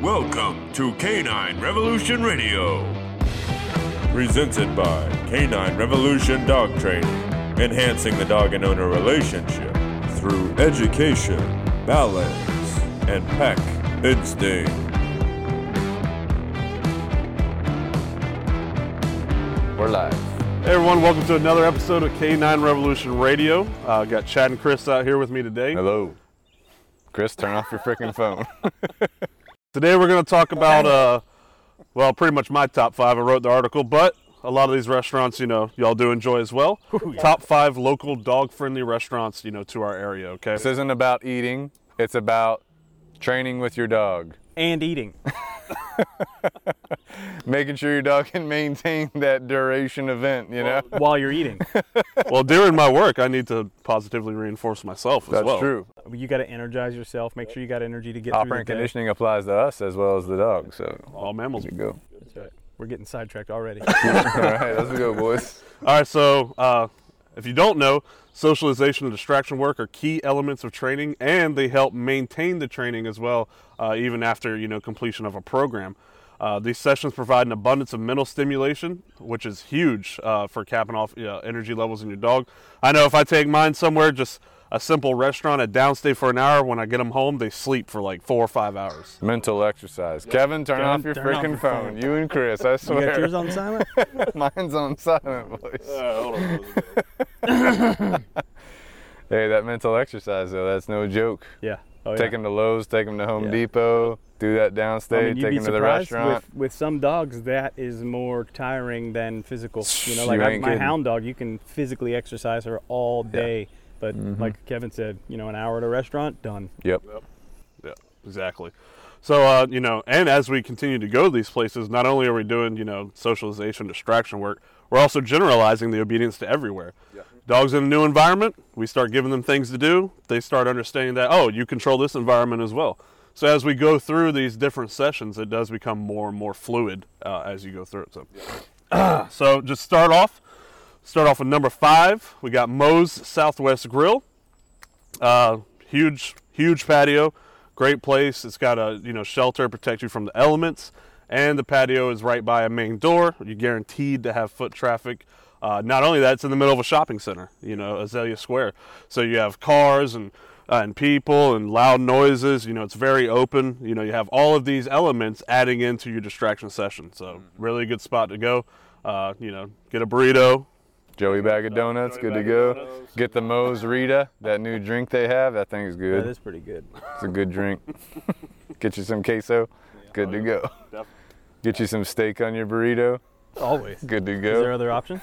Welcome to Canine Revolution Radio. Presented by Canine Revolution Dog Training, enhancing the dog and owner relationship through education, balance, and pack instinct. We're live. Hey everyone, welcome to another episode of K9 Revolution Radio. Uh, got Chad and Chris out here with me today. Hello. Chris, turn off your freaking phone. Today we're going to talk about, uh, well, pretty much my top five. I wrote the article, but a lot of these restaurants, you know, y'all do enjoy as well. Top five local dog-friendly restaurants, you know, to our area. Okay. this isn't about eating, it's about training with your dog. and eating. Making sure your dog can maintain that duration event, you know? while you're eating. well, during my work, I need to positively reinforce myself as That's well. true. You got to energize yourself. Make sure you got energy to get Operant through the day. conditioning applies to us as well as the dog, so All mammals. there you go. That's right. We're getting sidetracked already. All right, let's go, boys. All right, so uh, if you don't know, socialization and distraction work are key elements of training, and they help maintain the training as well, uh, even after you know completion of a program. Uh, these sessions provide an abundance of mental stimulation, which is huge uh, for capping off you know, energy levels in your dog. I know if I take mine somewhere, just a simple restaurant at downstate for an hour, when I get them home, they sleep for like four or five hours. Mental exercise. Kevin, turn Turn- off your turn off freaking your phone. phone. You and Chris, I you got swear. yours on silent? Mine's on silent, boys. Hey, that mental exercise though, that's no joke. Yeah. Oh, yeah. Take them to Lowe's, take them to Home Yeah. Depot, do that downstate, I mean, you'd take be them to the surprised restaurant. With, with some dogs, that is more tiring than physical. You know, like You I- ain't my kidding. hound dog, you can physically exercise her all day. But Mm-hmm. like Kevin said, you know, an hour at a restaurant, done. Yep. Yeah, exactly. So uh, you know, and as we continue to go to these places, not only are we doing you know socialization, distraction work, we're also generalizing the obedience to everywhere. Dogs in a new environment, we start giving them things to do. They start understanding that oh, you control this environment as well. So as we go through these different sessions, it does become more and more fluid uh, as you go through it. So, so just start off. Start off with number five. We got Moe's Southwest Grill. Uh, huge, huge patio. Great place. It's got a you know shelter protect you from the elements, and the patio is right by a main door. You're guaranteed to have foot traffic. Uh, not only that, it's in the middle of a shopping center. You know Azalea Square, so you have cars and uh, and people and loud noises. You know it's very open. You know you have all of these elements adding into your distraction session. So really good spot to go. Uh, you know get a burrito. Joey bag of donuts, good to go. Get the Moe's Rita, that new drink they have. That thing's good. That is pretty good. it's a good drink. Get you some queso, good to Oh, go. Get you some steak on your burrito, Always. Is good to there go. other options?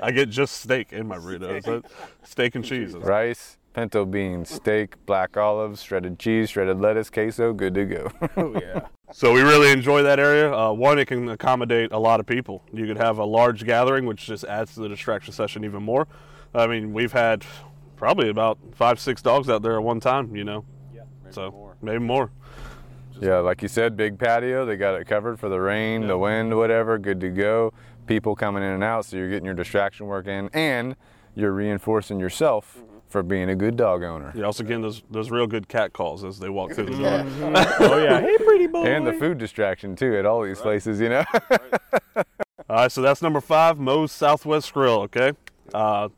I get just steak in my burrito. Is that steak and cheese. That's Rice, pinto beans, steak, black olives, shredded cheese, shredded lettuce, queso, good to go. Oh yeah. So we really enjoy that area. Uh, one, it can accommodate a lot of people. You could have a large gathering, which just adds to the distraction session even more. I mean, we've had probably about five, six dogs out there at one time. You know, Yeah. so maybe more. Yeah, like you said, big patio. They got it covered for the rain, the wind, whatever. Good to go. People coming in and out, so you're getting your distraction work in, and you're reinforcing yourself for being a good dog owner. You're also getting those those real good cat calls as they walk through the door. oh yeah. Hey, pretty boy. And the food distraction too at all these places, you know. All right, so that's number five, Moe's Southwest Grill. Okay, uh,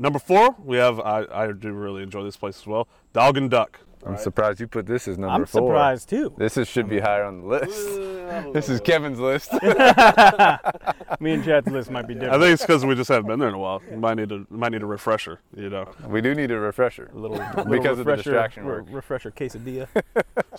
number four, we have. I, I do really enjoy this place as well. Dog and Duck. I'm surprised you put this as number I'm four. surprised too. This is, should be higher on the list. This is Kevin's list. Me and Chad's list might be different. I think it's because we just haven't been there in a while. You might need a might need a refresher. You know. we do need a refresher. little Because of the distraction re- work. refresher quesadilla.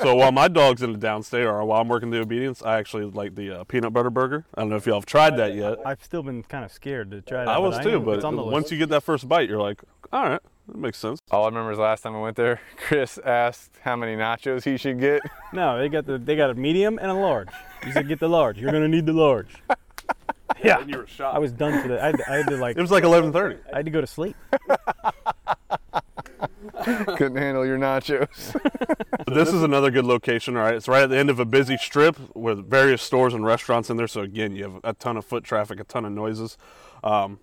So while my dog's in the downstate or while I'm working the obedience, I actually like the uh, peanut butter burger. I don't know if y'all have tried that yet. I've still been kind of scared to try that. I was I too, am- but it's on the once list. you get that first bite, you're like, all right, that makes sense. All I remember is last time I went there, Chris asked how many nachos he should get. no, they got the they got a medium and a large. You said get the large. You're gonna need the large. yeah, you were shocked. I was done for that. I had, to- I had to like it was like 11:30. I had to go to sleep. Couldn't handle your nachos. this is another good location. All right, it's right at the end of a busy strip with various stores and restaurants in there. So again, you have a ton of foot traffic, a ton of noises, um,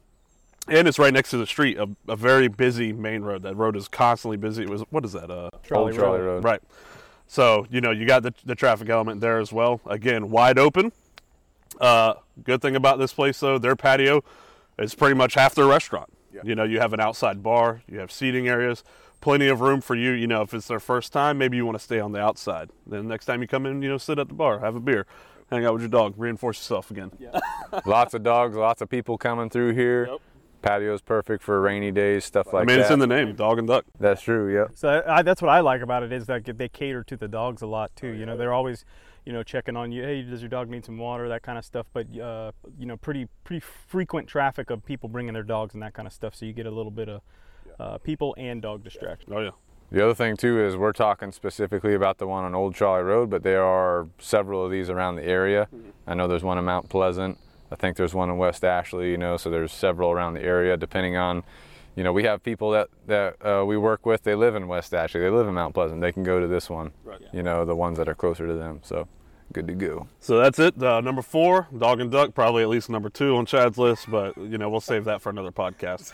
and it's right next to the street, a, a very busy main road. That road is constantly busy. It was what is that? Uh, Old Charlie Road. Right. So you know you got the the traffic element there as well. Again, wide open. Uh, good thing about this place though, their patio is pretty much half their restaurant. Yeah. You know, you have an outside bar, you have seating areas, plenty of room for you. You know, if it's their first time, maybe you want to stay on the outside. Then next time you come in, you know, sit at the bar, have a beer, hang out with your dog, reinforce yourself again. lots of dogs, lots of people coming through here. Yep. Patio's perfect for rainy days, stuff like I mean, that. it's in the name, dog and duck. That's true. Yep. So I, that's what I like about it is that they cater to the dogs a lot too. You know, they're always, you know, checking on you. Hey, does your dog need some water? That kind of stuff. But uh, you know, pretty pretty frequent traffic of people bringing their dogs and that kind of stuff. So you get a little bit of uh, people and dog distraction. Oh yeah. The other thing too is we're talking specifically about the one on Old Charlie Road, but there are several of these around the area. Mm-hmm. I know there's one in Mount Pleasant. I think there's one in West Ashley. You know, so there's several around the area, depending on, you know, we have people that that uh, we work with. They live in West Ashley. They live in Mount Pleasant. They can go to this one. Right. You know, the ones that are closer to them. So, good to go. So that's it. Uh, number four, dog and duck, probably at least number two on Chad's list, but you know we'll save that for another podcast.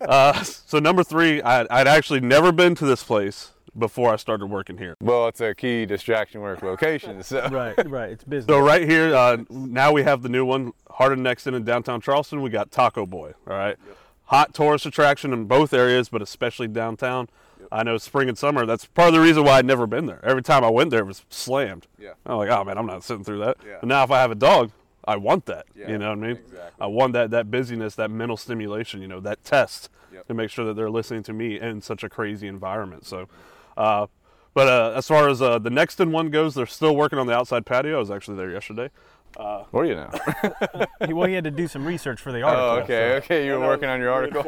Uh, so number three, I, I'd actually never been to this place before I started working here. Well, it's a key distraction work location. So. Right, right. It's business. So right here, uh, now we have the new one, Hard and Nexon in downtown Charleston. We got Taco Boy. All right, hot tourist attraction in both areas, but especially downtown. I know spring and summer. That's part of the reason why I'd never been there. Every time I went there, it was slammed. Yeah. I'm like, oh man, I'm not sitting through that. Yeah. But now if I have a dog, I want that. Yeah, you know what I mean? exactly. I want that that busyness, that mental stimulation. You know, that test Yep. to make sure that they're listening to me in such a crazy environment. So, uh, but uh, as far as uh, the next in one goes, they're still working on the outside patio. I was actually there yesterday. Or you know. He- well, he had to do some research for the article. oh, okay, okay. You were working on your article.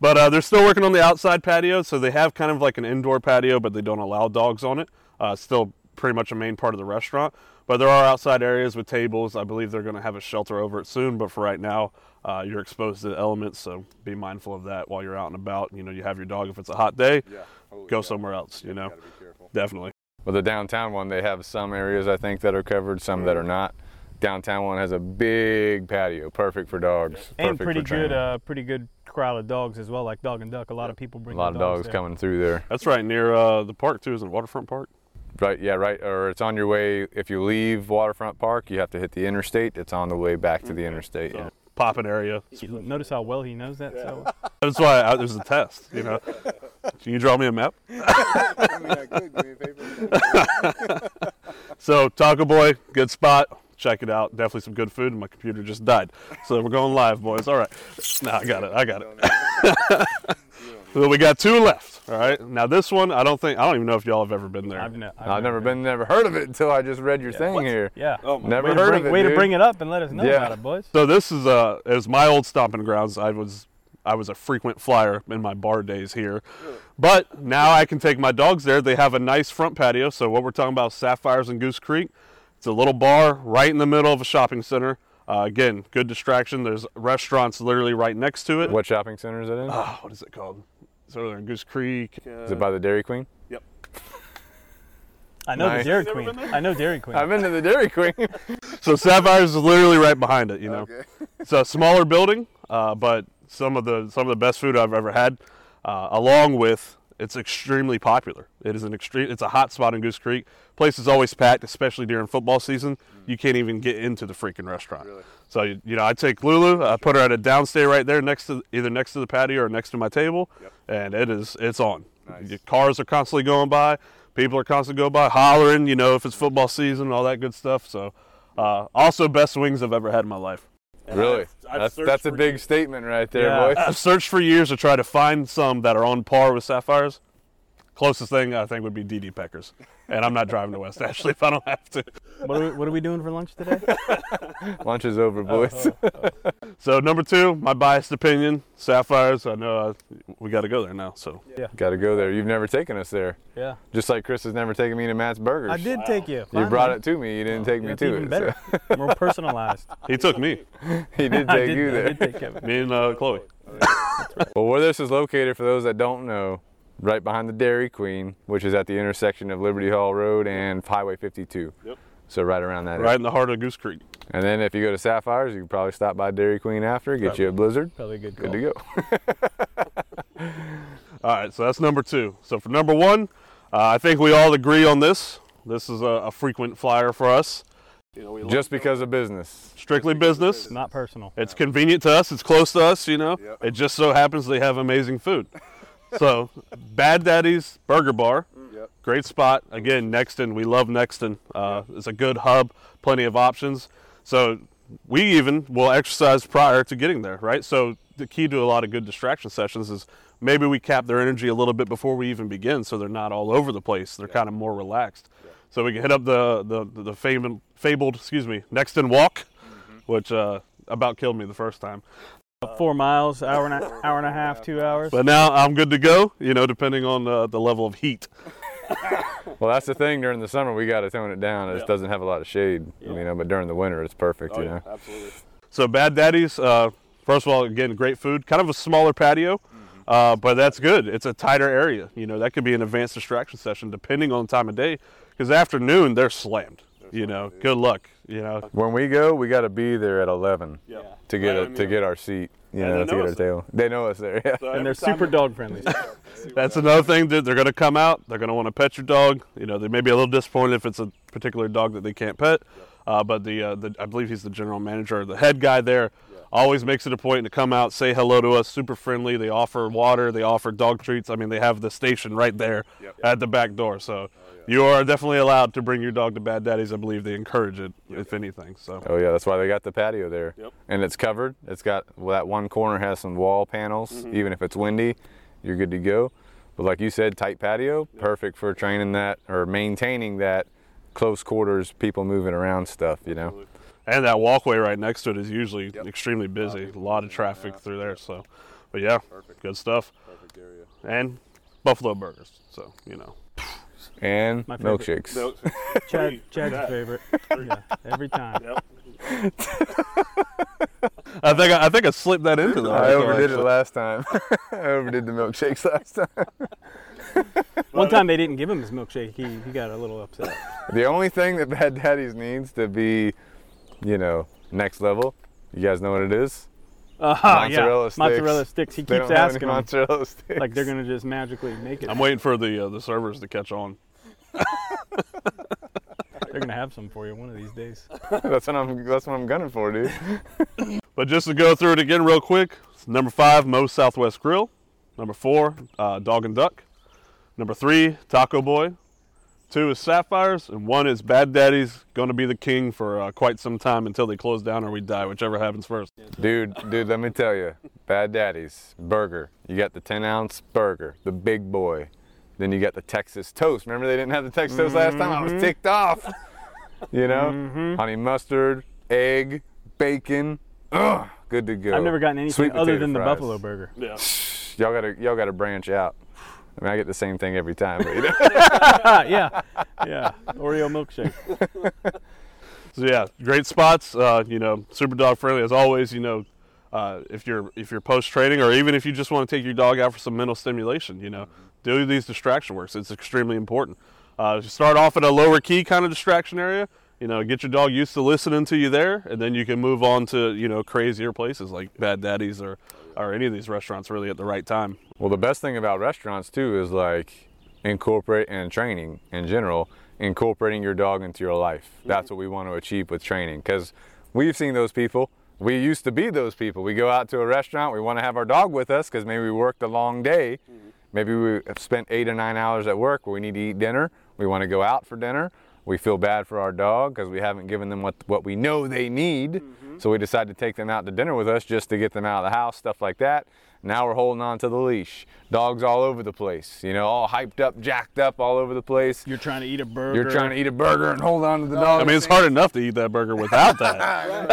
but uh, they're still working on the outside patio, so they have kind of like an indoor patio, but they don't allow dogs on it. Uh, still pretty much a main part of the restaurant, but there are outside areas with tables. I believe they're going to have a shelter over it soon, but for right now, uh, you're exposed to the elements, so be mindful of that while you're out and about. You know, you have your dog if it's a hot day. Go somewhere else, you know. Definitely. Well, the downtown one, they have some areas I think that are covered, some that are not. Downtown one has a big patio, perfect for dogs. And perfect pretty for good, training. uh, pretty good crowd of dogs as well, like dog and duck. A lot of people a bring. lot of their dogs there. coming through there. That's right near uh, the park too, isn't it? Waterfront Park. Right, yeah, right. Or it's on your way. If you leave Waterfront Park, you have to hit the interstate. It's on the way back to the interstate. So, yeah. Popping area. He- Notice how well he knows that. So That's why I, there's a test, you know. Can you draw me a map? So Taco Boy, good spot. Check it out. Definitely some good food. And my computer just died, so we're going live, boys. All right. No, I got it. I got it. so we got two left. All right. Now this one, I don't think I don't even know if y'all have ever been there. I've, ne- I've I've never been, never heard of it until I just read your thing here. Yeah. Oh Never way heard to bring, of it. Way to dude. bring it up and let us know Yeah. about it, boys. So this is uh is my old stomping grounds. I was I was a frequent flyer in my bar days here. But now I can take my dogs there. They have a nice front patio. So what we're talking about is Sapphires and Goose Creek. It's a little bar right in the middle of a shopping center. Uh, again, good distraction. There's restaurants literally right next to it. What shopping center is it Uh, in? Ah, what is it called? It's over there in Goose Creek. is it by the Dairy Queen? Yep. I know Nice. the Dairy Queen. I know Dairy Queen. I've been to the Dairy Queen. So Sapphires is literally right behind it. You know, it's a smaller building, uh, but some of the some of the best food I've ever had. Uh, along with, it's extremely popular. It is an extreme. It's a hot spot in Goose Creek. Place is always packed, especially during football season. You can't even get into the freaking restaurant. So you, you know, I take Lulu. I put her at a downstay right there next to either next to the patio or next to my table, and it is it's on. Your cars are constantly going by. People are constantly going by, hollering. You know, if it's football season, all that good stuff. So. Uh, also, best wings I've ever had in my life. really? I've that's searched that's a for big statement right there, boy. Yeah. I've searched for years to try to find some that are on par with sapphires. Closest thing I think would be DD Peckers, and I'm not driving to West Ashley if I don't have to. What are, we, what are we doing for lunch today? Lunch is over, boys. So number two, my biased opinion, sapphires. I know I, we got to go there now. So Got to go there. You've never taken us there. Yeah. Just like Chris has never taken me to Matt's Burgers. I did take you. You brought it to me. You didn't take me That's to even it. better. so- More personalized. he took me, he did I take did, you I there. did take Kevin. me and uh, Chloe. Well, where this is located, for those that don't know, right behind the Dairy Queen, which is at the intersection of Liberty Hall Road and Highway 52. Yep. So right around that. area. Right in the heart of Goose Creek. And then if you go to Sapphires, you can probably stop by Dairy Queen after, get you a Blizzard. Probably a good call. Good to go. All right, so that's number two. So for number one, uh, I think we all agree on this. This is a, a frequent flyer for us. You know, we love Just because of business. strictly business. Not personal. It's convenient to us. It's close to us. You know, Yep. it just so happens they have amazing food. so, Bad Daddy's Burger Bar, Mm. Yep. great spot. Again, Nexton. We love Nexton. Uh, It's a good hub. Plenty of options. So we even will exercise prior to getting there, right? So the key to a lot of good distraction sessions is maybe we cap their energy a little bit before we even begin, so they're not all over the place. They're kind of more relaxed. So we can hit up the the the fabled, fabled excuse me Nexton Walk, which uh, about killed me the first time. Four miles, hour and a, hour and a half, two hours. But now I'm good to go. You know, depending on uh, the level of heat. Well, that's the thing. During the summer, we got to tone it down. It just doesn't have a lot of shade, you know. But during the winter, it's perfect, Oh, you know. Absolutely. So Bad Daddy's, uh, first of all, again, great food. Kind of a smaller patio, uh, but that's good. It's a tighter area. You know, that could be an advanced distraction session depending on the time of day. Because afternoon they're slammed. you know, good luck. You know, When we go, we got to be there at 11 to get Right, a, I mean, to get our seat, you And know, they to know get our us there. table. They know us there. Yeah. and they're super dog friendly. that's another thing that they're going to come out. They're going to want to pet your dog. You know, they may be a little disappointed if it's a particular dog that they can't pet. Uh, but the, uh, the I believe he's the general manager, the head guy there, always makes it a point to come out, say hello to us. Super friendly. They offer water. They offer dog treats. I mean, they have the station right there Yep. at the back door. So you are definitely allowed to bring your dog to Bad Daddy's. I believe they encourage it, if anything. So Oh yeah, that's why they got the patio there. Yep. And it's covered. It's got well, that one corner has some wall panels. Mm-hmm. Even if it's windy, you're good to go. But like you said, tight patio, perfect for training that or maintaining that close quarters, people moving around stuff. You know. and that walkway right next to it is usually extremely busy. A lot of traffic through there. So, but yeah, good stuff. Perfect area. and buffalo burgers. So you know, And My favorite. milkshakes. Chad, Chad's favorite. Yeah, every time. I think I, think I slipped that into the. I overdid it last time. I overdid the milkshakes last time. One time they didn't give him his milkshake. He, he got a little upset. The only thing that Bad Daddies needs to be, you know, next level. You guys know what it is? Uh-huh, Mozzarella sticks. Mozzarella sticks. He They keeps don't have any asking him. mozzarella sticks. Like they're going to just magically make it. I'm waiting for the uh, the servers to catch on. They're going to have some for you one of these days. that's what I'm. That's what I'm gunning for, dude. But just to go through it again real quick. it's number five, Moe's Southwest Grill. Number four, uh, Dog and Duck. Number three, Taco Boy. Two is Sapphires, and one is Bad Daddy's. Going to be the king for uh, quite some time until they close down or we die, whichever happens first. Dude, dude, let me tell you, Bad Daddy's burger. You got the 10 ounce burger, the big boy. Then you got the Texas toast. Remember they didn't have the Texas toast last time? I Mm-hmm. was ticked off. You know, honey mustard, egg, bacon. Ugh, good to go. I've never gotten Sweet anything other potato than the fries. buffalo burger. Yeah. Y'all gotta, y'all gotta branch out. I mean, I get the same thing every time. But, you know, Ah, yeah. Yeah. Oreo milkshake. So yeah, great spots. Uh, you know, super dog friendly as always. You know, uh, if you're if you're post training or even if you just want to take your dog out for some mental stimulation, you know, do these distraction works. It's extremely important. Uh, you start off at a lower key kind of distraction area. You know, get your dog used to listening to you there, and then you can move on to you know crazier places like Bad Daddy's or or any of these restaurants really at the right time. Well, the best thing about restaurants too is like incorporate and training in general, incorporating your dog into your life. That's what we want to achieve with training because we've seen those people. We used to be those people. We go out to a restaurant, we want to have our dog with us because maybe we worked a long day. Maybe we have spent eight or nine hours at work where we need to eat dinner. We want to go out for dinner. We feel bad for our dog because we haven't given them what, what we know they need. So we decide to take them out to dinner with us just to get them out of the house, stuff like that. Now we're holding on to the leash. Dogs all over the place, you know, all hyped up, jacked up, all over the place. You're trying to eat a burger. You're trying to eat a burger and hold on to the dog. I mean, it's hard enough to eat that burger without that.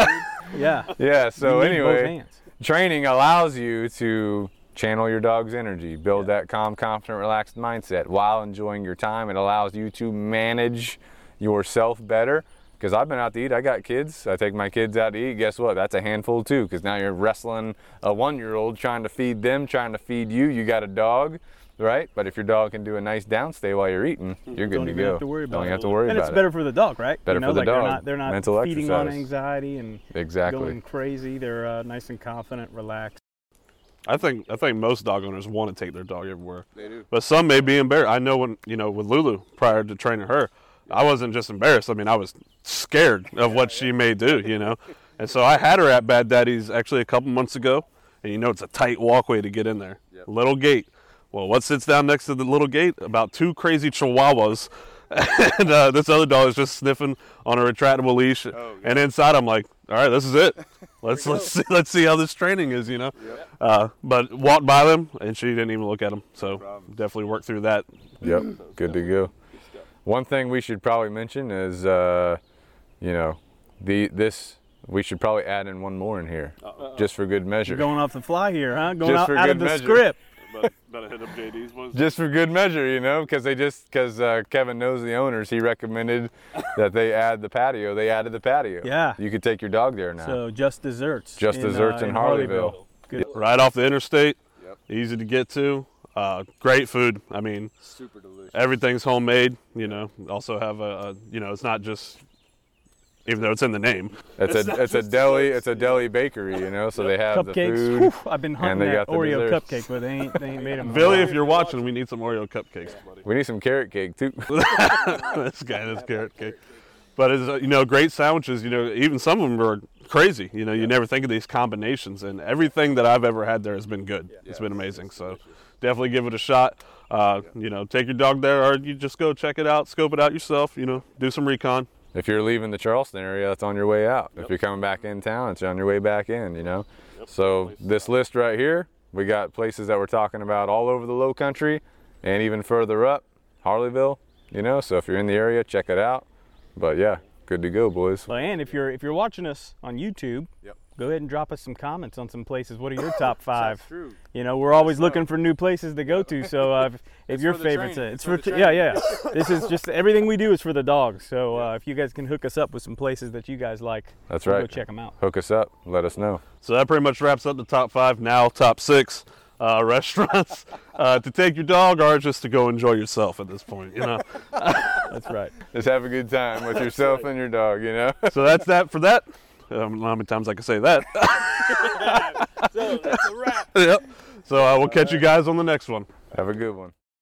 Yeah. yeah, so You need both anyway. hands. training allows you to channel your dog's energy, build that calm, confident, relaxed mindset while enjoying your time. It allows you to manage yourself better. Because I've been out to eat, I got kids. I take my kids out to eat. Guess what? That's a handful too. Because now you're wrestling a one-year-old, trying to feed them, trying to feed you. You got a dog, right? But if your dog can do a nice downstay while you're eating, you're good Hmm. Don't to even go. have to worry about Don't it. have to worry and about it's it. better for the dog, right? Better you know, for the like dog. They're not, they're not Mental feeding on exercise. anxiety and Exactly. going crazy. They're uh, nice and confident, relaxed. I think I think most dog owners want to take their dog everywhere. They do. But some may be embarrassed. I know when you know with Lulu prior to training her, I wasn't just embarrassed. I mean, I was scared of what she may do. You know, and so I had her at Bad Daddy's actually a couple months ago, and you know it's a tight walkway to get in there. Yep. Little gate. Well, what sits down next to the little gate? About two crazy chihuahuas. and uh, this other dog is just sniffing on a retractable leash, Oh, yeah. and inside I'm like, all right, this is it. Let's let's see, let's see how this training is, you know. Yep. Uh, but walked by them, and she didn't even look at them. So problem. definitely worked through that. Yep, good to go. One thing we should probably mention is, uh, you know, the this we should probably add in one more in here, just for good measure. Going off the fly here, huh? Going Just out, for out of good the measure. script. Better, better hit up JD's ones. just for good measure, you know, because they just because uh, Kevin knows the owners, he recommended that they add the patio. They added the patio. Yeah. you could take your dog there now. So just desserts. uh, Just desserts in Harleyville. Good. Right off the interstate, Yep. easy to get to. Uh, great food. I mean, Super delicious. everything's homemade. You know, also have a, a you know, it's not just even though it's in the name. it's, It's not a it's a just deli desserts, it's a deli bakery, you know. So they have the Cupcakes. food. Whew, I've been and hunting they got that the Oreo desserts. cupcake, but they ain't they ain't made them. Billy, if you're watching, we need some Oreo cupcakes. We need some carrot cake too. this guy, this carrot cake. But it's uh, you know great sandwiches. You know even some of them are crazy. You know you never think of these combinations, and everything that I've ever had there has been good. It's been amazing. So definitely give it a shot. Uh, You know take your dog there, or you just go check it out, scope it out yourself. You know do some recon. if you're leaving the Charleston area, that's on your way out. If you're coming back in town, it's on your way back in, you know? So, this list right here, we got places that we're talking about all over the low country and even further up, Harleyville, you know? So, if you're in the area, check it out. But yeah, good to go, boys. Well, and if you're if you're watching us on YouTube, Yep. go ahead and drop us some comments on some places. What are your top five? true. You know, we're always looking for new places to go to. So uh, if, if your for the favorites, train. uh, it's It's for for, the t- yeah, yeah. this is just everything we do is for the dogs. So uh, if you guys can hook us up with some places that you guys like, That's we'll right. Go check them out. Hook us up, let us know. So that pretty much wraps up the top five. Now top six uh, restaurants uh, to take your dog, or just to go enjoy yourself at this point. You know. That's right. Just have a good time with yourself and your dog, you know? so that's that for that. I don't know how many times I can say that. So that's a wrap. yep. So uh, we'll catch you guys on the next one. have a good one.